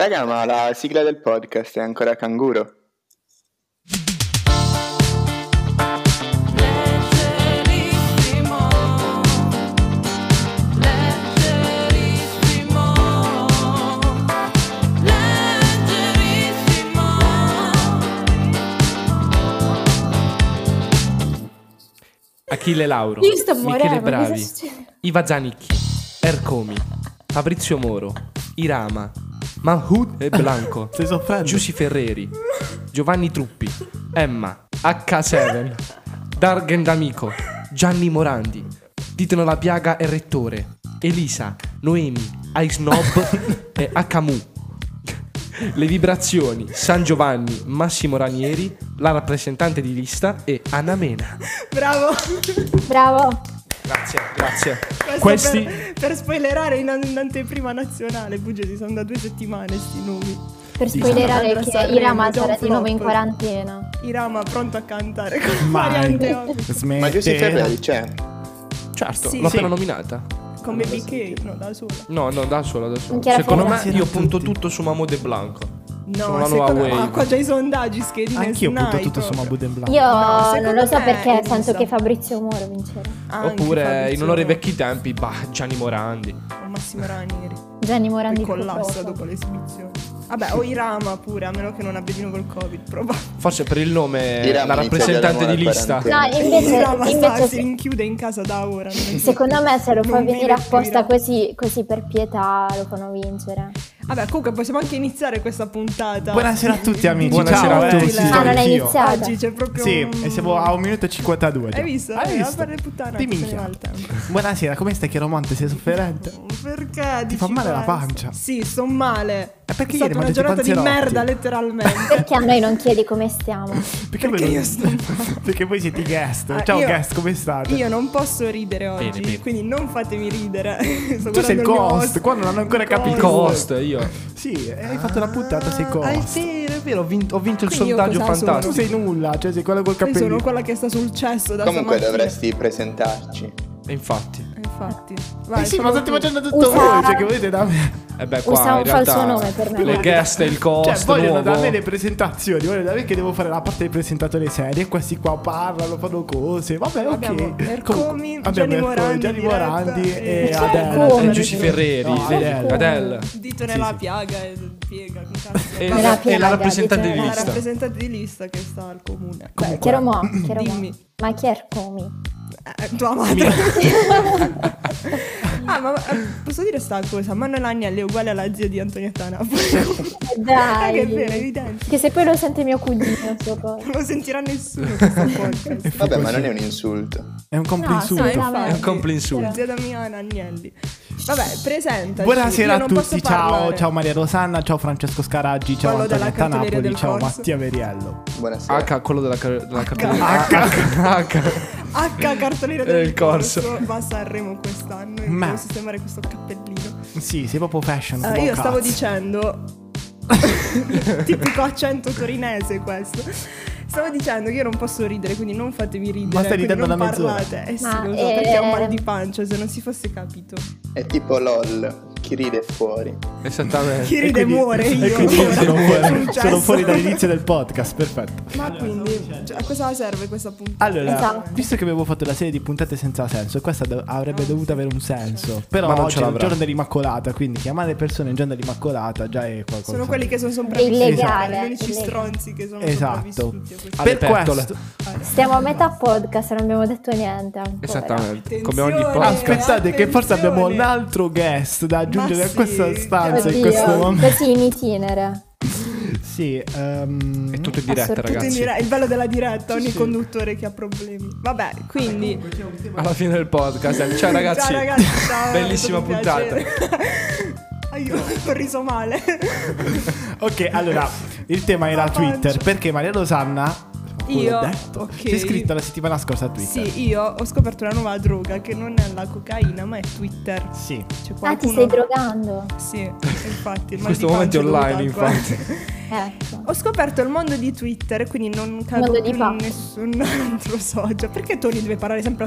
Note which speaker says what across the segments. Speaker 1: Raga, ma la sigla del podcast è ancora canguro.
Speaker 2: Leggerissimo, leggerissimo, leggerissimo.
Speaker 3: Achille Lauro,
Speaker 4: Io sto
Speaker 3: Michele
Speaker 4: morendo, cosa
Speaker 3: Bravi,
Speaker 4: succede?
Speaker 3: Iva Zanicchi, Ercomi, Fabrizio Moro, Irama, Mahmoud e Blanco,
Speaker 5: Stai soffrendo?
Speaker 3: Giussi Ferreri, Giovanni Truppi, Emma, H7, Dargen D'Amico, Gianni Morandi, Titano La Piaga e Rettore, Elisa, Noemi, Ice Snob e Hmu. Le vibrazioni, San Giovanni, Massimo Ranieri, la rappresentante di lista e Anna Mena.
Speaker 6: Bravo.
Speaker 4: Bravo.
Speaker 3: Grazie, grazie.
Speaker 6: Questo
Speaker 3: Questi
Speaker 6: per, per spoilerare in, in anteprima nazionale, Buggesi, sono da due settimane sti nomi.
Speaker 4: Per
Speaker 3: Sì,
Speaker 4: spoilerare
Speaker 6: Sandra
Speaker 4: che
Speaker 6: Sanremo,
Speaker 4: Irama
Speaker 6: John
Speaker 4: sarà di nuovo in
Speaker 6: Flop.
Speaker 4: quarantena.
Speaker 6: Irama pronto a cantare con
Speaker 5: Mai.
Speaker 6: variante Obi.
Speaker 5: Smettila.
Speaker 3: Eh,
Speaker 1: Ma cioè, Giussi Ferreri c'è?
Speaker 3: certo,
Speaker 6: Sì.
Speaker 3: l'ho appena
Speaker 5: Sì.
Speaker 3: nominata.
Speaker 6: Come BK, no, da sola.
Speaker 3: No, no, da sola, da sola.
Speaker 4: Non c'era
Speaker 3: Secondo me
Speaker 4: Ferrari.
Speaker 3: io
Speaker 5: C'erano
Speaker 3: punto
Speaker 5: tutti.
Speaker 3: tutto su Mamode Blanco. Sono
Speaker 6: No,
Speaker 3: la nuova
Speaker 6: secondo me
Speaker 3: wave.
Speaker 6: ah, qua già i sondaggi, schedine
Speaker 5: Anch'io
Speaker 6: Snai
Speaker 5: butto tutto su
Speaker 6: proprio.
Speaker 5: Mabuden Blanc.
Speaker 4: Io
Speaker 6: No,
Speaker 4: non
Speaker 6: secondo
Speaker 4: lo so
Speaker 6: me
Speaker 4: perché
Speaker 6: è
Speaker 4: penso
Speaker 6: giusto.
Speaker 4: che Fabrizio Moro vincerà.
Speaker 6: Ah, Anche
Speaker 3: Oppure
Speaker 6: Fabrizio
Speaker 3: in onore ai vecchi tempi, bah, Gianni Morandi.
Speaker 6: o Massimo Ranieri.
Speaker 4: Gianni
Speaker 6: Poi
Speaker 4: Morandi
Speaker 6: collassa
Speaker 4: Cocoso.
Speaker 6: dopo le esibizioni. Vabbè, o Irama pure, a meno che non abbia di nuovo il Covid, probabile.
Speaker 3: Forse per il nome
Speaker 1: Dirà
Speaker 3: la
Speaker 1: Maurizio
Speaker 3: rappresentante di
Speaker 1: Giacomo alla
Speaker 3: lista.
Speaker 1: quarantena.
Speaker 4: No, invece,
Speaker 6: Irama sta,
Speaker 4: invece
Speaker 6: si
Speaker 4: se-
Speaker 6: rinchiude in casa da ora. non esiste.
Speaker 4: secondo me se lo fa
Speaker 6: Non
Speaker 4: venire
Speaker 6: vive
Speaker 4: apposta
Speaker 6: più Irama.
Speaker 4: così, così per pietà lo fanno vincere.
Speaker 6: Vabbè, comunque possiamo anche iniziare questa puntata.
Speaker 5: Buonasera a tutti amici.
Speaker 3: Buonasera
Speaker 5: Ciao,
Speaker 3: a
Speaker 5: eh,
Speaker 3: tutti.
Speaker 5: ci
Speaker 6: Ah,
Speaker 5: sono
Speaker 4: non è
Speaker 5: anch'io.
Speaker 4: iniziato.
Speaker 6: Oggi c'è proprio
Speaker 5: Sì,
Speaker 6: un-
Speaker 5: e siamo a un minuto e 52. già.
Speaker 6: Hai visto?
Speaker 5: Hai
Speaker 6: Eh,
Speaker 5: visto?
Speaker 6: A fare puttana,
Speaker 5: Dimmi
Speaker 6: se ne
Speaker 5: minchia.
Speaker 6: va il tempo.
Speaker 5: Buonasera, come stai Chieromante? Sei sofferente?
Speaker 6: Perché
Speaker 5: Ti fa
Speaker 6: dici
Speaker 5: male la
Speaker 6: questo?
Speaker 5: pancia.
Speaker 6: Sì, sto male.
Speaker 5: Eh, perché
Speaker 6: è
Speaker 5: ieri
Speaker 6: stata una
Speaker 5: mangiato i
Speaker 6: giornata di
Speaker 5: panzerotti?
Speaker 6: merda, letteralmente.
Speaker 4: Perché a noi non chiedi come stiamo?
Speaker 5: Perché, voi non... Perché voi siete i guest.
Speaker 6: Ah,
Speaker 5: Ciao
Speaker 6: io-
Speaker 5: guest, come state?
Speaker 6: Io non posso ridere oggi,
Speaker 3: Bene, bene.
Speaker 6: quindi non fatemi ridere. Sto
Speaker 5: Tu sei
Speaker 6: guardando
Speaker 5: il
Speaker 6: mio
Speaker 5: ghost,
Speaker 6: host.
Speaker 5: qua non l'hanno ancora capito.
Speaker 3: Il cost, io.
Speaker 5: Sì, eh, hai fatto la puntata, sei
Speaker 3: Ah, è
Speaker 5: ghost.
Speaker 3: vero, è vero, ho vinto, ho vinto il
Speaker 6: Quindi io
Speaker 3: sondaggio
Speaker 6: cosa sono?
Speaker 5: Tu
Speaker 3: fantastico.
Speaker 5: sei nulla, cioè sei quello col
Speaker 6: Io
Speaker 5: cappellino.
Speaker 6: sono quella che sta sul cesso da
Speaker 1: Comunque
Speaker 6: stamattina.
Speaker 1: dovresti presentarci.
Speaker 3: E Infatti.
Speaker 6: Infatti.
Speaker 5: Eh
Speaker 6: Vai,
Speaker 5: sì, ma
Speaker 6: sono
Speaker 5: state
Speaker 6: tu.
Speaker 5: facendo tutto
Speaker 4: Usa-
Speaker 5: voi, cioè che volete da me.
Speaker 3: E eh beh, qua
Speaker 4: Usa
Speaker 3: in
Speaker 4: un falso
Speaker 3: realtà
Speaker 4: nome per me.
Speaker 3: le guest e il cost
Speaker 5: Cioè, vogliono da
Speaker 3: nuovo.
Speaker 5: me le presentazioni, vogliono da me che devo fare la parte del presentatore serie. Questi qua parlano, fanno cose. Vabbè,
Speaker 6: Abbiamo
Speaker 5: ok.
Speaker 6: Ercomi,
Speaker 5: Comunque,
Speaker 6: Gianni
Speaker 5: Ercomi,
Speaker 6: Morandi
Speaker 5: Gianni
Speaker 6: in diretta
Speaker 5: Morandi
Speaker 6: e-
Speaker 5: e
Speaker 4: C'è
Speaker 5: Adele.
Speaker 4: Ercomi.
Speaker 3: E Giussi Ferreri,
Speaker 5: No,
Speaker 3: vedi,
Speaker 5: Adele.
Speaker 3: Adele.
Speaker 6: Dito nella
Speaker 5: Sì, sì.
Speaker 6: piaga e piega. che cazzo.
Speaker 3: E,
Speaker 4: Nella
Speaker 3: Eh, la,
Speaker 4: piaga,
Speaker 3: e la rappresentante di
Speaker 4: diciamo.
Speaker 6: La
Speaker 3: lista.
Speaker 6: rappresentante di lista che sta al comune.
Speaker 4: Beh, Chiaro mo, chiaro mo.
Speaker 6: Dimmi.
Speaker 4: Ma chi è Ercomi?
Speaker 6: Eh, tua madre. ah, ma eh, posso dire sta cosa? Manuel Agnelli è uguale alla zia di Antonietta Napoli.
Speaker 4: Eh, Dai.
Speaker 6: Eh, che è vero, è evidente.
Speaker 4: Che se poi lo sente mio cugino il suo coso.
Speaker 6: Non lo sentirà nessuno questo podcast.
Speaker 1: Vabbè, ma non è un insulto.
Speaker 5: È un
Speaker 6: Ah,
Speaker 5: compinsulto.
Speaker 4: No, sono-
Speaker 3: È un complinsulto.
Speaker 6: Zia Damiana Agnelli. Vabbè, presenta.
Speaker 5: Buonasera a tutti, ciao, ciao Maria Rosanna, ciao Francesco Scaraggi, ciao
Speaker 6: Quello della
Speaker 5: Antonietta
Speaker 6: cantoneria
Speaker 5: Napoli,
Speaker 6: del
Speaker 5: ciao
Speaker 6: corso.
Speaker 5: Mattia Veriello.
Speaker 1: Buonasera.
Speaker 3: H, quello della, car- della
Speaker 5: H.
Speaker 3: H. H.
Speaker 6: H cartolina
Speaker 3: Eh,
Speaker 6: del
Speaker 3: il corso.
Speaker 6: corso. Va a Sanremo quest'anno e
Speaker 5: Ma-
Speaker 6: devo sistemare questo cappellino.
Speaker 5: Sì, sei proprio fashion.
Speaker 6: Eh,
Speaker 5: come
Speaker 6: io
Speaker 5: un
Speaker 6: stavo
Speaker 5: cazzo.
Speaker 6: dicendo, tipico accento torinese questo. Stavo dicendo che io non posso ridere, quindi non fatemi ridere.
Speaker 5: Ma stai
Speaker 6: quindi
Speaker 5: ridendo
Speaker 6: non
Speaker 5: da mezz'ora.
Speaker 6: parlate. Eh sì,
Speaker 4: Ma,
Speaker 6: lo so,
Speaker 4: eh,
Speaker 6: perché ho un mal di pancia, se non si fosse capito.
Speaker 5: Eh,
Speaker 1: È tipo LOL, chi ride è fuori.
Speaker 3: Esattamente.
Speaker 6: Chi ride
Speaker 5: Quindi-
Speaker 6: muore io.
Speaker 5: E quindi io sono fuori,
Speaker 6: Successo.
Speaker 5: sono fuori dall'inizio del podcast, perfetto.
Speaker 6: Ma quindi, cioè, a cosa serve questa puntata?
Speaker 5: Allora,
Speaker 4: Esatto.
Speaker 5: visto che avevo fatto la serie di puntate senza senso, questa dov- avrebbe
Speaker 6: Ah.
Speaker 5: dovuto avere un senso. Però
Speaker 3: Ma non ce
Speaker 5: oggi è il
Speaker 3: l'avrà.
Speaker 5: giorno dell'Immacolata, quindi chiamare le persone in giorno dell'Immacolata già è qualcosa.
Speaker 6: Sono quelli che sono
Speaker 4: È
Speaker 6: sopravvissuti.
Speaker 4: illegale,
Speaker 6: Gli unici
Speaker 4: è illegale.
Speaker 6: stronzi che sono
Speaker 5: Esatto.
Speaker 6: sopravvissuti. a questo.
Speaker 3: Ah,
Speaker 5: Per
Speaker 3: Alle pentole.
Speaker 5: questo.
Speaker 4: Stiamo a metà podcast, non abbiamo detto niente ancora.
Speaker 3: Esattamente. Come ogni
Speaker 6: Attenzione.
Speaker 3: podcast.
Speaker 5: Aspettate, che forse
Speaker 6: Attenzione.
Speaker 5: abbiamo un altro guest da aggiungere
Speaker 6: Ma
Speaker 5: a questa
Speaker 6: sì.
Speaker 5: stanza in
Speaker 4: Oddio,
Speaker 5: questo momento.
Speaker 4: così in itinere.
Speaker 5: Sì, ehm,
Speaker 3: È tutto in diretta,
Speaker 4: Assolutamente.
Speaker 6: Tutto in
Speaker 3: ragazzi.
Speaker 6: dire- il bello della diretta, ogni
Speaker 5: sì.
Speaker 6: conduttore che ha problemi. Vabbè, quindi...
Speaker 3: Alla fine del podcast. Ciao ragazzi.
Speaker 6: Ciao ragazzi, ciao,
Speaker 3: Bellissima
Speaker 6: è stato un
Speaker 3: puntata.
Speaker 6: piacere. Aiuto, ho riso male.
Speaker 5: Ok, allora, il tema era
Speaker 6: La pancia.
Speaker 5: Twitter, perché Maria Losanna
Speaker 6: Io,
Speaker 5: l'ho detto,
Speaker 6: ok.
Speaker 5: si è iscritta la settimana scorsa a Twitter.
Speaker 6: sì, io ho scoperto una nuova droga che non è la cocaina, ma è Twitter.
Speaker 5: Sì.
Speaker 6: C'è
Speaker 4: Ah, ti
Speaker 6: qualcuno-
Speaker 4: stai drogando.
Speaker 6: Sì, infatti. il mal
Speaker 3: questo
Speaker 6: di
Speaker 3: momento è
Speaker 6: pancia
Speaker 3: online,
Speaker 6: dovuto a-
Speaker 3: infatti.
Speaker 4: Ecco.
Speaker 6: Ho scoperto il mondo di Twitter, quindi non cado
Speaker 4: Mondo di
Speaker 6: più in
Speaker 4: Paco.
Speaker 6: nessun altro social. Perché Tony deve parlare sempre a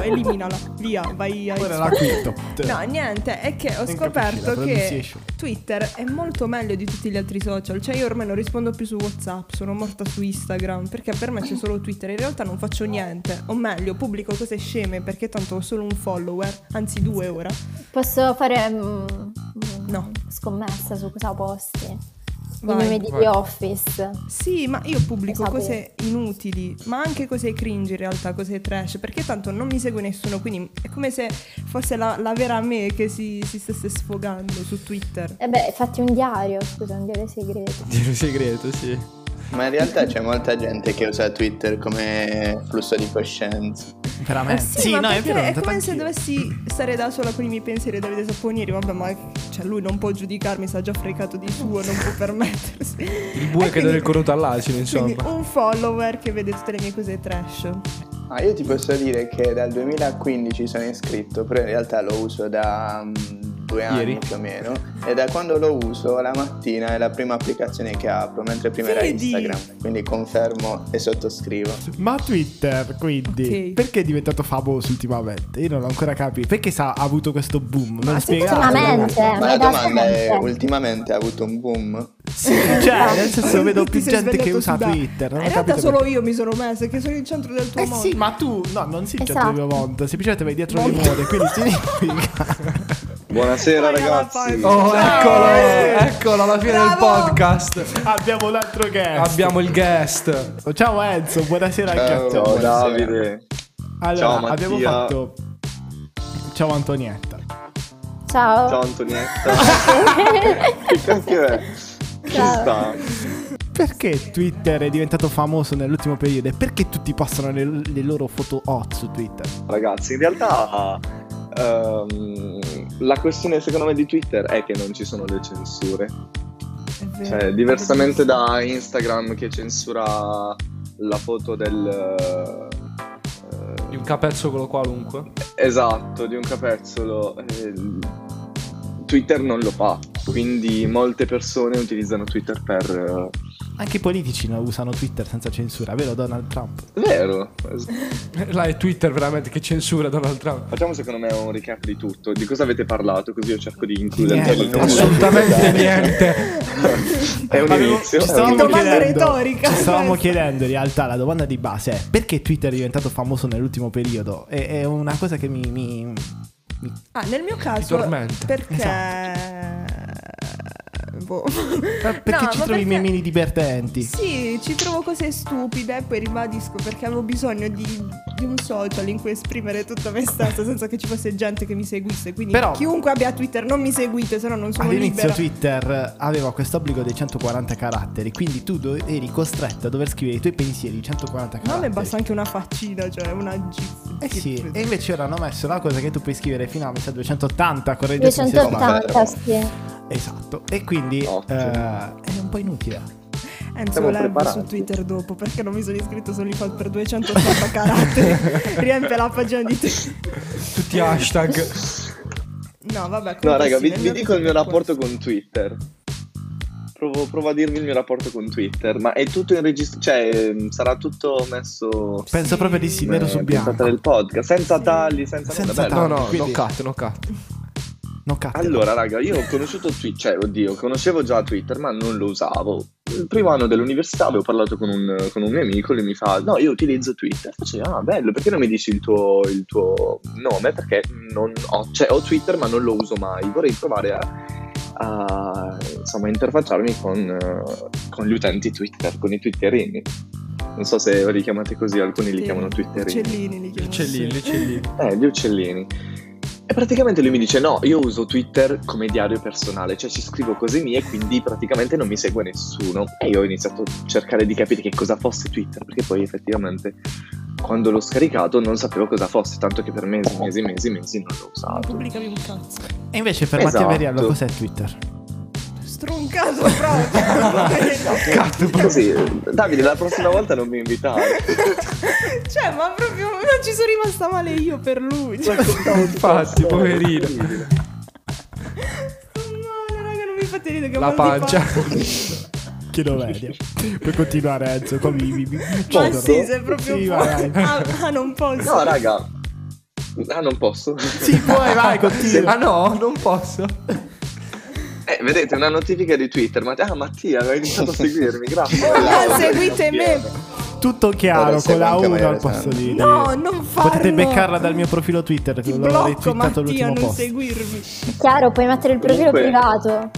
Speaker 6: Eliminala, via, vai a
Speaker 5: Ora la quinto.
Speaker 6: No, niente, è che ho
Speaker 5: Non
Speaker 6: scoperto
Speaker 5: capisci la
Speaker 6: che
Speaker 5: pronunciation.
Speaker 6: Twitter è molto meglio di tutti gli altri social. Cioè, io ormai non rispondo più su WhatsApp, sono morta su Instagram. Perché per me c'è solo Twitter. In realtà non faccio niente. O meglio, pubblico cose sceme perché tanto ho solo un follower, anzi due ora.
Speaker 4: Posso fare mm, mm,
Speaker 6: No.
Speaker 4: scommessa su cosa posti? I
Speaker 6: Vai.
Speaker 4: meme di
Speaker 3: Vai.
Speaker 4: The Office.
Speaker 6: Sì, ma io pubblico
Speaker 4: Esatto.
Speaker 6: cose inutili, ma anche cose cringe in realtà, cose trash, perché tanto non mi segue nessuno, quindi è come se fosse la, la vera me che si, si stesse sfogando su Twitter.
Speaker 4: E Eh beh, fatti un diario, scusa, un diario segreto.
Speaker 3: Dire segreto, sì.
Speaker 1: Ma in realtà c'è molta gente che usa Twitter come flusso di coscienza.
Speaker 5: Veramente.
Speaker 6: Eh Sì,
Speaker 5: Eh Sì,
Speaker 6: ma
Speaker 5: no, è
Speaker 6: perché
Speaker 5: vero.
Speaker 6: È come se dovessi stare da sola con i miei pensieri e Davide Sapponieri, vabbè, ma cioè, lui non può giudicarmi, sta già fregato di suo, non può permettersi.
Speaker 3: Il bue che
Speaker 6: E Eh, quindi-
Speaker 3: dà il cornuto all'asino,
Speaker 6: Quindi
Speaker 3: insomma.
Speaker 6: un follower che vede tutte le mie cose trash.
Speaker 5: Eh,
Speaker 1: Ah, io ti posso dire che dal 2015 sono iscritto, però in realtà lo uso da mm, due anni
Speaker 3: Ieri.
Speaker 1: più o meno. E da quando lo uso la mattina è la prima applicazione che apro, mentre prima era
Speaker 6: Vedi?
Speaker 1: Instagram. Quindi confermo e sottoscrivo.
Speaker 5: Ma Twitter, quindi,
Speaker 6: Ok.
Speaker 5: perché è diventato famoso ultimamente? Io non l'ho ancora capito. Perché sa, ha avuto questo boom? Non
Speaker 6: secondo
Speaker 5: spiegate.
Speaker 4: Ultimamente,
Speaker 1: Ma
Speaker 5: eh.
Speaker 4: ma
Speaker 1: la
Speaker 4: è da
Speaker 1: domanda è,
Speaker 4: sempre.
Speaker 1: ultimamente ha avuto un boom?
Speaker 5: Sì, cioè, nel senso vedo
Speaker 6: Ti
Speaker 5: più
Speaker 6: sei
Speaker 5: gente che
Speaker 6: svegliato
Speaker 5: usa
Speaker 6: sudato.
Speaker 5: Twitter. Non
Speaker 6: In
Speaker 5: ho
Speaker 6: realtà
Speaker 5: capito
Speaker 6: solo
Speaker 5: perché.
Speaker 6: io mi sono messa, che sono il centro del tuo
Speaker 5: Eh
Speaker 6: mondo.
Speaker 5: sì, ma tu, no, non si dice
Speaker 4: Esatto.
Speaker 5: il tuo mondo, semplicemente vai dietro le
Speaker 6: Mondo.
Speaker 5: mode, quindi significa.
Speaker 1: Buonasera
Speaker 6: Vai,
Speaker 1: ragazzi.
Speaker 6: vai.
Speaker 3: Oh,
Speaker 6: Ciao!
Speaker 3: eccolo!
Speaker 5: eh.
Speaker 3: Eccolo alla fine del
Speaker 6: Bravo!
Speaker 3: podcast.
Speaker 5: Abbiamo un altro guest.
Speaker 3: Abbiamo il guest.
Speaker 5: Ciao Enzo, buonasera anche a
Speaker 1: Ciao,
Speaker 5: te.
Speaker 1: Davide.
Speaker 5: Allora,
Speaker 1: Ciao,
Speaker 5: abbiamo
Speaker 1: Mattia.
Speaker 5: fatto Ciao Antonietta.
Speaker 4: Ciao.
Speaker 1: Ciao Antonietta. Perché? Ci sta.
Speaker 5: Perché Twitter è diventato famoso nell'ultimo periodo e perché tutti postano le, le loro foto hot su Twitter?
Speaker 7: Ragazzi, in realtà ehm, la questione secondo me di Twitter è che non ci sono le censure.
Speaker 6: È vero.
Speaker 7: Cioè, diversamente da Instagram che censura la foto del...
Speaker 3: Di
Speaker 7: eh,
Speaker 3: un capezzolo qualunque.
Speaker 7: esatto, di un capezzolo. eh, Twitter non lo fa, quindi molte persone utilizzano Twitter per... eh,
Speaker 5: Anche i politici no- usano Twitter senza censura, vero Donald Trump?
Speaker 7: eh, vero,
Speaker 3: Là è Twitter veramente che censura Donald Trump.
Speaker 7: facciamo secondo me un recap di tutto, di cosa avete parlato, così io cerco di includere
Speaker 5: Niente,
Speaker 3: Assolutamente niente.
Speaker 7: È un
Speaker 5: Avevo- ci
Speaker 7: inizio. è un
Speaker 5: stavamo
Speaker 7: inizio.
Speaker 6: Domanda
Speaker 5: chiedendo-
Speaker 6: retorica,
Speaker 5: Ci stavamo
Speaker 6: questa.
Speaker 5: chiedendo in realtà la domanda di base è perché Twitter è diventato famoso nell'ultimo periodo? E- È, una cosa che mi, mi- mi-
Speaker 6: Ah, nel mio caso,
Speaker 3: tormenta.
Speaker 6: perché... Boh.
Speaker 5: Ma Esatto. Perché
Speaker 6: No,
Speaker 5: ci
Speaker 6: ma
Speaker 5: trovi i miei
Speaker 6: perché-
Speaker 5: mini divertenti?
Speaker 6: Sì, ci trovo cose stupide e poi ribadisco perché avevo bisogno di, di un social in cui esprimere tutta me stessa senza che ci fosse gente che mi seguisse. Quindi
Speaker 5: Però-
Speaker 6: chiunque abbia Twitter non mi seguite, se no non sono
Speaker 5: All'inizio
Speaker 6: libera.
Speaker 5: Twitter aveva questo obbligo dei 140 caratteri, quindi tu do- eri costretto a dover scrivere i tuoi pensieri in 140
Speaker 6: No, a
Speaker 5: caratteri.
Speaker 6: me basta anche una faccina, cioè una gif.
Speaker 5: Eh sì,
Speaker 6: gif.
Speaker 5: e invece ora hanno messo una cosa che tu puoi scrivere fino a mi sa, 280, correggimi se sbaglio.
Speaker 4: 280, sì.
Speaker 5: Esatto, e quindi
Speaker 7: Ottimo.
Speaker 5: eh, è un po' inutile.
Speaker 6: Enzo
Speaker 7: Siamo
Speaker 6: Lab su
Speaker 7: preparati.
Speaker 6: Twitter dopo perché non mi sono iscritto solo Solifat per 280 caratteri. Riempie la pagina di Twitter.
Speaker 3: Tutti hashtag.
Speaker 6: No, vabbè.
Speaker 7: No,
Speaker 6: comunque
Speaker 7: raga,
Speaker 6: sì,
Speaker 7: vi,
Speaker 6: nel
Speaker 7: vi dico il mio
Speaker 6: caso è
Speaker 7: rapporto con Twitter. Provo, provo a dirvi il mio rapporto con Twitter, ma è tutto in registro, cioè ehm, sarà tutto messo
Speaker 5: Penso
Speaker 6: Sì.
Speaker 5: proprio di sì, nero
Speaker 7: eh,
Speaker 5: su
Speaker 7: puntata
Speaker 5: bianco.
Speaker 7: del podcast, senza
Speaker 6: Sì.
Speaker 7: tagli, senza,
Speaker 5: Senza
Speaker 7: nulla,
Speaker 3: No,
Speaker 7: bello.
Speaker 3: no,
Speaker 5: Quindi-
Speaker 3: no cut, no cut.
Speaker 5: No, cattedra.
Speaker 7: Allora, raga, io ho conosciuto Twitter, cioè, oddio, conoscevo già Twitter, ma non lo usavo. Il primo anno dell'università avevo parlato con un, con un mio amico, lui mi fa, no, io utilizzo Twitter. Facevo, ah, bello, perché non mi dici il tuo, il tuo nome? Perché non ho, cioè, ho Twitter, ma non lo uso mai. Vorrei provare a, a, insomma, interfacciarmi con, eh, con gli utenti Twitter, con i twitterini. Non so se li chiamate così, alcuni li
Speaker 6: Sì,
Speaker 7: chiamano twitterini.
Speaker 6: Uccellini li chiamano.
Speaker 3: Uccellini, uccellini.
Speaker 7: Eh, gli uccellini. E praticamente lui mi dice: No, io uso Twitter come diario personale, cioè ci scrivo cose mie, quindi praticamente non mi segue nessuno. E io ho iniziato a cercare di capire che cosa fosse Twitter, perché poi effettivamente quando l'ho scaricato non sapevo cosa fosse, tanto che per mesi, mesi, mesi, mesi non l'ho
Speaker 6: Non
Speaker 7: usato.
Speaker 6: pubblicavi un cazzo.
Speaker 5: E invece per
Speaker 7: Esatto.
Speaker 5: Mattia Veriello cos'è Twitter?
Speaker 6: Stroncato proprio.
Speaker 7: Così, Davide, la prossima volta non mi invitare.
Speaker 6: cioè, ma proprio non ci sono rimasta male io per lui. Cioè,
Speaker 5: Ecco.
Speaker 3: Infatti, poverino.
Speaker 6: no, raga, non mi fate ridere che
Speaker 3: La
Speaker 6: mal di
Speaker 3: pancia.
Speaker 6: pancia.
Speaker 5: Che media. Puoi continuare, Enzo. Qua mi, mi, mi
Speaker 6: Ma
Speaker 5: uccidono.
Speaker 6: sì, sei proprio
Speaker 5: Sì,
Speaker 6: po-
Speaker 5: vai, vai.
Speaker 6: ah, ah, non posso.
Speaker 7: No, raga. Ah, non posso.
Speaker 5: Sì, puoi, vai, continua.
Speaker 3: Ah no, non posso.
Speaker 7: Eh, vedete, una notifica di Twitter. Ma... Ah, Mattia, aveva iniziato a seguirmi, grazie.
Speaker 6: Ah, seguite me.
Speaker 5: Tutto chiaro,
Speaker 1: Ora
Speaker 5: con
Speaker 1: segue
Speaker 5: la
Speaker 1: anche
Speaker 5: 1 al
Speaker 1: Maria
Speaker 5: posto di...
Speaker 6: No, non farlo.
Speaker 5: Potete beccarla dal mio profilo Twitter,
Speaker 6: Ti
Speaker 5: l'ho
Speaker 6: blocco,
Speaker 5: retweetato
Speaker 6: Mattia,
Speaker 5: all'ultimo
Speaker 6: non
Speaker 5: post.
Speaker 6: seguirmi.
Speaker 4: Chiaro, puoi mettere il profilo
Speaker 7: Comunque-
Speaker 4: privato.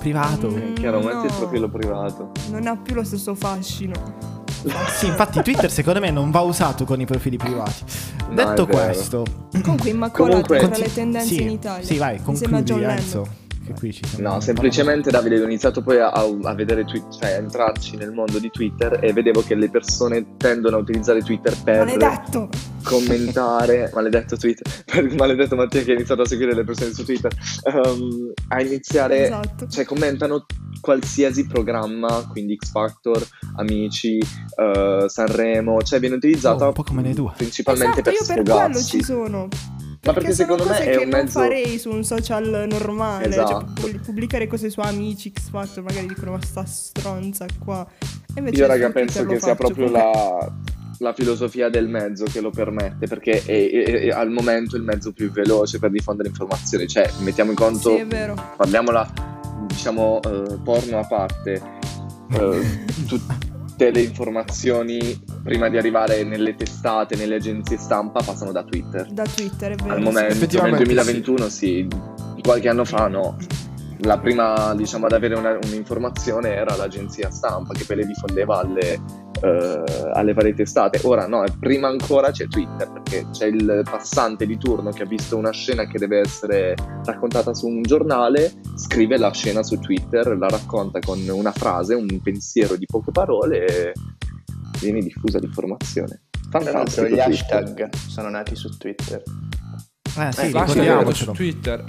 Speaker 5: Privato.
Speaker 7: Chiaramente il
Speaker 6: No.
Speaker 7: profilo privato.
Speaker 6: Non ha più lo stesso fascino.
Speaker 5: Sì, infatti Twitter secondo me non va usato con i profili privati.
Speaker 7: No,
Speaker 5: Detto
Speaker 7: è vero.
Speaker 5: questo,
Speaker 6: Comunque immacolato
Speaker 7: Comunque-
Speaker 6: tra le tendenze
Speaker 5: sì,
Speaker 6: in Italia.
Speaker 5: Sì, vai,
Speaker 6: Mi sembra
Speaker 5: concludi
Speaker 6: John Lennon.
Speaker 5: Enzo. Che qui ci siamo.
Speaker 7: No, semplicemente Davide ho iniziato poi a, a vedere Twitter, cioè a entrarci nel mondo di Twitter e vedevo che le persone tendono a utilizzare Twitter per
Speaker 6: Maledetto.
Speaker 7: commentare, maledetto Twitter, per maledetto Mattia che ha iniziato a seguire le persone su Twitter, ehm, a iniziare,
Speaker 6: Esatto.
Speaker 7: cioè commentano qualsiasi programma, quindi X Factor, Amici, eh, Sanremo, cioè viene utilizzata
Speaker 5: Oh, un po' come nei due.
Speaker 7: principalmente
Speaker 6: esatto, io
Speaker 7: per
Speaker 6: per quello
Speaker 7: sfogarsi.
Speaker 6: ci sono.
Speaker 7: Ma
Speaker 6: perché,
Speaker 7: perché
Speaker 6: sono
Speaker 7: secondo me
Speaker 6: cose
Speaker 7: è
Speaker 6: che
Speaker 7: un mezzo-
Speaker 6: non farei su un social normale.
Speaker 7: Esatto.
Speaker 6: Cioè, pubblic- pubblicare cose su amici, X Factor, magari dicono ma sta stronza qua. E invece
Speaker 7: Io,
Speaker 6: su
Speaker 7: raga,
Speaker 6: cioè, Twitter
Speaker 7: penso
Speaker 6: lo
Speaker 7: che sia
Speaker 6: faccio.
Speaker 7: proprio la, la filosofia del mezzo che lo permette, perché è, è- è al momento il mezzo più veloce per diffondere informazioni. Cioè, mettiamo in conto,
Speaker 6: Sì, è vero.
Speaker 7: parliamola, diciamo, eh, porno a parte, eh, tutte le informazioni prima di arrivare nelle testate, nelle agenzie stampa, passano da Twitter.
Speaker 6: Da Twitter, è vero.
Speaker 7: Al momento, nel
Speaker 3: Effettivamente
Speaker 7: 2021, sì. qualche anno fa no. La prima, diciamo, ad avere una- un'informazione era l'agenzia stampa che poi le diffondeva alle, eh, alle varie testate. Ora no, prima ancora c'è Twitter, perché c'è il passante di turno che ha visto una scena che deve essere raccontata su un giornale, scrive la scena su Twitter, la racconta con una frase, un pensiero di poche parole e viene diffusa l'informazione.
Speaker 1: Tra l'altro
Speaker 7: Fantastico.
Speaker 1: gli
Speaker 7: Twitter.
Speaker 1: hashtag sono nati su Twitter.
Speaker 5: Eh sì,
Speaker 3: Eh, Lasciamo su
Speaker 5: ricordiamocelo.
Speaker 3: Twitter.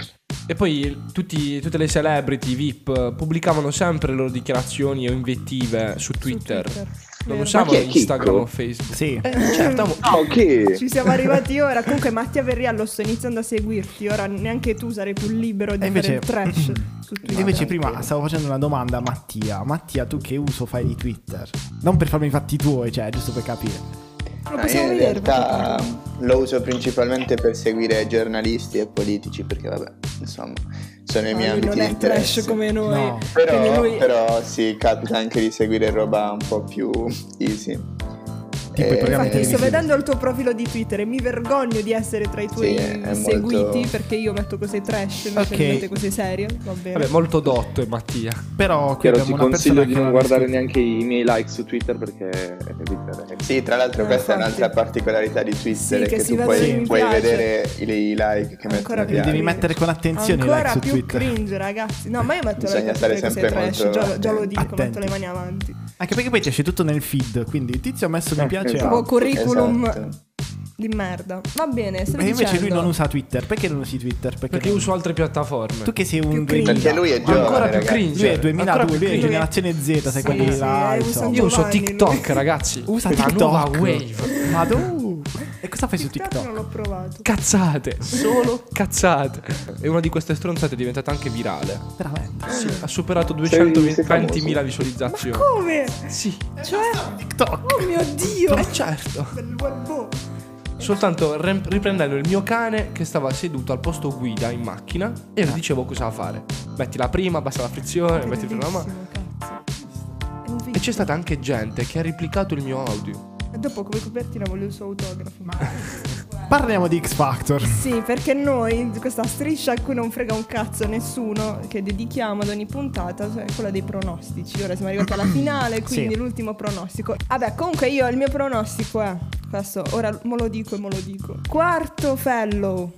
Speaker 3: E poi tutti- tutte le celebrity VIP pubblicavano sempre le loro dichiarazioni o invettive su Twitter. Non
Speaker 6: Vero.
Speaker 3: usavano
Speaker 7: Ma chi è
Speaker 3: Instagram
Speaker 7: Chicco?
Speaker 3: o Facebook.
Speaker 5: Sì.
Speaker 6: Eh,
Speaker 3: Certo, amo-
Speaker 7: Ah, ok.
Speaker 6: Ci siamo arrivati ora. Comunque, Mattia Verriallo, sto iniziando a seguirti. Ora neanche tu sarai più libero di
Speaker 5: E invece-
Speaker 6: fare il trash su Twitter.
Speaker 5: Invece prima stavo facendo una domanda a Mattia. Mattia, tu che uso fai di Twitter? Non per farmi i fatti tuoi, cioè, giusto per capire.
Speaker 6: Lo
Speaker 1: Ah, io
Speaker 6: possiamo
Speaker 7: Eh,
Speaker 1: in
Speaker 6: vedere.
Speaker 1: realtà lo uso principalmente per seguire giornalisti e politici perché vabbè, insomma, sono i
Speaker 6: No,
Speaker 1: miei
Speaker 6: Ah, lui
Speaker 1: ambiti
Speaker 6: non
Speaker 1: di
Speaker 6: è trash
Speaker 1: interesse.
Speaker 6: come noi.
Speaker 5: No.
Speaker 6: Quindi
Speaker 1: Però,
Speaker 6: lui-
Speaker 1: però sì, capita anche di seguire roba un po' più easy. Eh,
Speaker 5: Tipo i programmi
Speaker 6: Infatti, sto
Speaker 5: televisivi.
Speaker 6: vedendo il tuo profilo di Twitter e mi vergogno di essere tra i tuoi
Speaker 1: Sì, è- è
Speaker 6: seguiti
Speaker 1: molto-
Speaker 6: perché io metto cose trash, invece
Speaker 5: Ok.
Speaker 6: okay. mette cose serie. Va bene.
Speaker 3: Vabbè, molto dotto e Mattia.
Speaker 5: Però qui
Speaker 7: Chiaro,
Speaker 5: abbiamo
Speaker 7: ti
Speaker 5: una persona
Speaker 7: consiglio di
Speaker 5: che
Speaker 7: non
Speaker 5: ha
Speaker 7: guardare
Speaker 5: risposto.
Speaker 7: neanche i miei like su Twitter perché è differente.
Speaker 1: Sì, tra l'altro
Speaker 6: Eh,
Speaker 1: questa
Speaker 6: infatti.
Speaker 1: è un'altra particolarità di Twitter,
Speaker 6: Sì,
Speaker 1: è
Speaker 6: che
Speaker 1: che,
Speaker 6: si
Speaker 1: tu
Speaker 6: vedono i
Speaker 1: puoi,
Speaker 6: mi
Speaker 1: puoi
Speaker 6: piace.
Speaker 1: vedere i, i like che mettono gli
Speaker 6: Ancora più
Speaker 5: Devi
Speaker 1: altri.
Speaker 6: cringe.
Speaker 5: mettere con attenzione i like
Speaker 6: Ancora
Speaker 5: su
Speaker 6: più
Speaker 5: Twitter.
Speaker 6: cringe, ragazzi. No, ma io metto
Speaker 1: Bisogna
Speaker 6: le
Speaker 1: stare
Speaker 6: cose
Speaker 1: sempre
Speaker 6: trash,
Speaker 1: molto
Speaker 6: già, già lo dico, metto
Speaker 5: attenti.
Speaker 6: le mani avanti.
Speaker 5: Anche perché poi ti esce tutto nel feed, quindi il tizio ha messo mi
Speaker 7: Eh,
Speaker 5: piace.
Speaker 7: esatto.
Speaker 5: a-
Speaker 6: Tipo curriculum
Speaker 1: Esatto.
Speaker 6: di merda. Va bene, stavo
Speaker 5: E invece lui
Speaker 6: dicendo-
Speaker 5: non usa Twitter. Perché non usi Twitter? Perché,
Speaker 3: Perché
Speaker 5: non-
Speaker 3: uso altre piattaforme.
Speaker 5: Tu che sei un
Speaker 6: Più cringe.
Speaker 1: Perché lui è giovane,
Speaker 3: Ancora più
Speaker 1: ragazzi.
Speaker 3: cringe.
Speaker 5: Lui è
Speaker 3: Ancora
Speaker 5: 2002,
Speaker 3: più
Speaker 5: lui è
Speaker 3: cringe.
Speaker 5: generazione Z, sai
Speaker 6: Sì,
Speaker 5: quelli
Speaker 6: sì,
Speaker 5: là,
Speaker 6: eh,
Speaker 5: insomma.
Speaker 6: usa-
Speaker 3: Io uso
Speaker 6: Giovanni,
Speaker 3: TikTok,
Speaker 6: lui.
Speaker 3: ragazzi.
Speaker 5: Usa
Speaker 3: la
Speaker 5: TikTok.
Speaker 3: nuova wave.
Speaker 5: Ma tu? E cosa fai su
Speaker 6: non
Speaker 5: TikTok?
Speaker 6: l'ho provato.
Speaker 3: Cazzate, solo cazzate. E una di queste stronzate è diventata anche virale.
Speaker 5: Veramente.
Speaker 3: Sì, ha superato
Speaker 7: sei famoso.
Speaker 3: 220.000
Speaker 6: Ma
Speaker 3: visualizzazioni.
Speaker 6: come?
Speaker 3: Sì,
Speaker 6: Cioè,
Speaker 5: TikTok.
Speaker 6: oh mio Dio!
Speaker 3: eh certo.
Speaker 6: Del webbo.
Speaker 3: Soltanto rem- riprendendo il mio cane che stava seduto al posto guida in macchina e gli dicevo cosa fare. Metti la prima, basta la frizione, metti il freno alla mano.
Speaker 6: Bellissimo, cazzo. È un video.
Speaker 3: E c'è stata anche gente che ha replicato il mio audio.
Speaker 6: E dopo come copertina voglio il suo autografo.
Speaker 5: Parliamo di X Factor.
Speaker 6: Sì, perché noi, questa striscia a cui non frega un cazzo nessuno, che dedichiamo ad ogni puntata, cioè, è quella dei pronostici. Ora siamo arrivati alla finale, quindi
Speaker 5: Sì.
Speaker 6: l'ultimo pronostico. Vabbè, comunque io il mio pronostico è questo, ora me lo dico e me lo dico. Quarto fellow,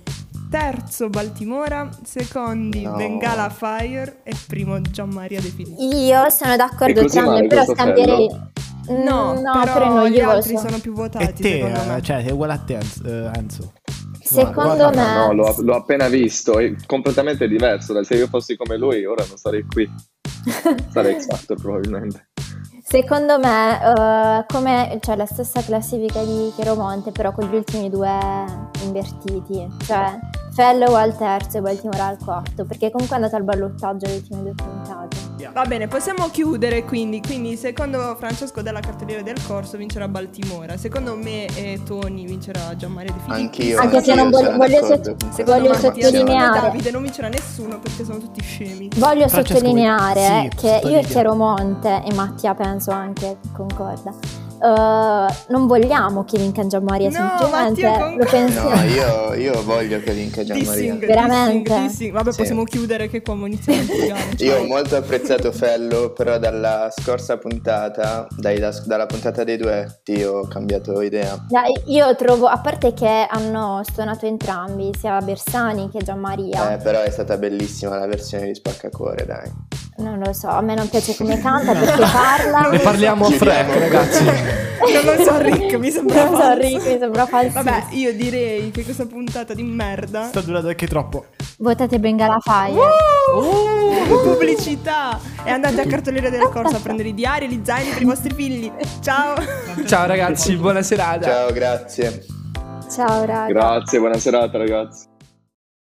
Speaker 6: terzo Baltimora, secondi
Speaker 1: No.
Speaker 6: Bengala Fire e primo Gianmaria De Filippi.
Speaker 4: Io sono d'accordo
Speaker 7: E così
Speaker 4: tranne,
Speaker 7: male
Speaker 4: però
Speaker 7: questo
Speaker 4: scambierei.
Speaker 6: No,
Speaker 4: Mm,
Speaker 6: però
Speaker 4: tre non
Speaker 6: gli
Speaker 4: io
Speaker 6: altri
Speaker 4: voto.
Speaker 6: sono più votati,
Speaker 5: E te,
Speaker 6: secondo me.
Speaker 5: eh, cioè, è uguale a te, Enzo- eh, Enzo.
Speaker 4: Secondo me.
Speaker 7: No, l'ho, l'ho appena visto, è completamente diverso. dai, Se io fossi come lui, ora non sarei qui. Sarei X Factor probabilmente.
Speaker 4: Secondo me, eh, come c'è la stessa classifica di Chieromonte, però con gli ultimi due invertiti, cioè Fellow al terzo e Baltimore al quarto, perché comunque è andato al ballottaggio le ultime due puntate.
Speaker 5: chiaro.
Speaker 6: Va bene, possiamo chiudere quindi. Quindi, secondo Francesco della cartoliera del corso vincerà Baltimora. Secondo me e Toni vincerà Gianmaria De Filippi.
Speaker 1: Anch'io.
Speaker 4: Anche se
Speaker 1: anch'io
Speaker 4: non voglio-
Speaker 1: sono
Speaker 4: voglio
Speaker 1: d'accordo
Speaker 4: sott-
Speaker 1: con questa
Speaker 6: Secondo
Speaker 4: Voglio
Speaker 1: affermazione.
Speaker 6: Mattia, secondo
Speaker 4: sottolineare-
Speaker 6: Davide non vincerà nessuno perché sono tutti scemi.
Speaker 4: Voglio
Speaker 5: Francesco,
Speaker 4: sottolineare
Speaker 5: sì,
Speaker 4: che io e
Speaker 5: sottolinea.
Speaker 4: Chieromonte e Mattia penso anche concorda. eh, non vogliamo che vinca Gianmaria
Speaker 6: No, Mattia
Speaker 4: semplicemente
Speaker 6: concorda.
Speaker 4: lo pensiamo.
Speaker 1: No, io, io voglio che vinca Gianmaria.
Speaker 6: Dissing,
Speaker 4: Veramente?
Speaker 6: dissing, dissing. Vabbè,
Speaker 1: Sì.
Speaker 6: possiamo chiudere che qua mo iniziamo a litigare.
Speaker 1: Io ho
Speaker 6: Ciao.
Speaker 1: molto apprezzato Fello, però dalla scorsa puntata, dai- da- dalla puntata dei duetti, ho cambiato idea.
Speaker 4: Dai, Cioè, io trovo, a parte che hanno suonato entrambi, sia Bersani che Gianmaria,
Speaker 1: Eh, però è stata bellissima la versione di Spaccacore, dai.
Speaker 4: non lo so, a me non piace come canta, perché parla.
Speaker 3: Ne parliamo a
Speaker 1: Chiudiamo.
Speaker 3: Frank, ragazzi.
Speaker 6: Non lo so, Rick, mi sembra
Speaker 4: Non so,
Speaker 6: falso.
Speaker 4: Rick, mi sembra falso.
Speaker 6: Vabbè, io direi che questa puntata di merda.
Speaker 5: Sta durando anche troppo.
Speaker 4: Votate Bengala Fire.
Speaker 6: Uh, pubblicità! E andate a cartoliera della corsa a prendere i diari e gli zaini per i vostri figli. Ciao!
Speaker 3: Ciao ragazzi, buona serata.
Speaker 1: Ciao, grazie.
Speaker 4: Ciao, raga.
Speaker 7: Grazie, buona serata ragazzi.